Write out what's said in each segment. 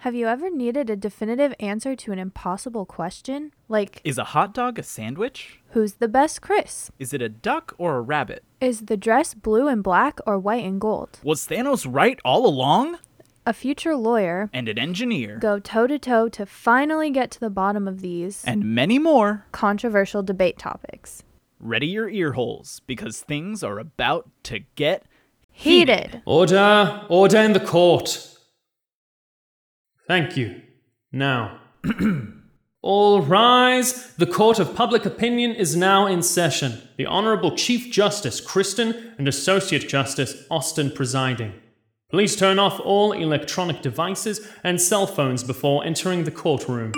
Have you ever needed a definitive answer to an impossible question? Like, Is a hot dog a sandwich? who's the best Chris? Is it a duck or a rabbit? Is the dress blue and black or white and gold? Was Thanos right all along? A future lawyer And an engineer. go toe to toe to finally get to the bottom of these And many more. controversial debate topics. Ready your ear holes, because things are about to get Heated. Order! Order in the court! Thank you. Now. All rise! The Court of Public Opinion is now in session. The Honourable Chief Justice Kristen and Associate Justice Austin presiding. Please turn off all electronic devices and cell phones before entering the courtroom.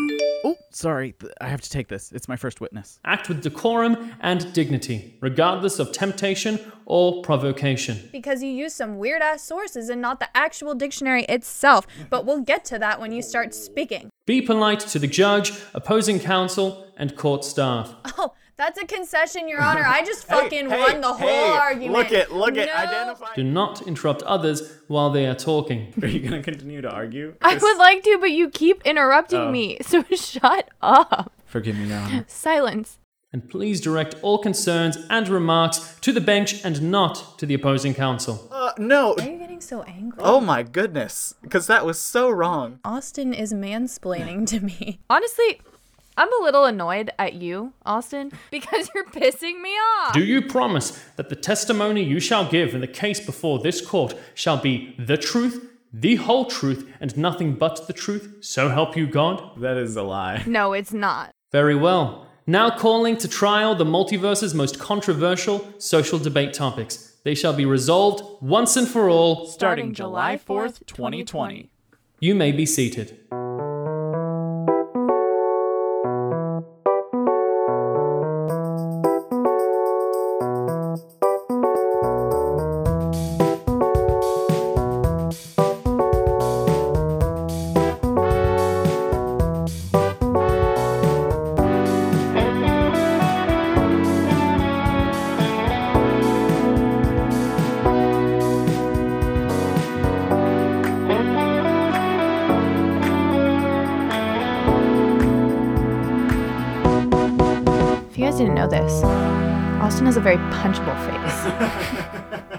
Oh, sorry. th- I have to take this. It's my first witness. Act with decorum and dignity, regardless of temptation or provocation. Because you use some weird ass sources and not the actual dictionary itself. But we'll get to that when you start speaking. Be polite to the judge, opposing counsel, and court staff. Oh, that's a concession, Your Honor. I just fucking won the whole argument. Look it, look it, No. identify. Do not interrupt others while they are talking. Are you gonna continue to argue? I would like to, but you keep interrupting me. So shut up. Oh. Forgive me, Your Honor. Silence. And please direct all concerns and remarks to the bench and not to the opposing counsel. Uh, no. Why are you getting so angry? Oh my goodness, because that was so wrong. Austin is mansplaining to me. Honestly, I'm a little annoyed at you, Austin, because you're pissing me off. Do you promise that the testimony you shall give in the case before this court shall be the truth, the whole truth, and nothing but the truth? So help you God? That is a lie. No, it's not. Very well. Now calling to trial the multiverse's most controversial social debate topics. They shall be resolved once and for all Starting July 4th, 2020. You may be seated. If you guys didn't know this, Austin has a very punchable face.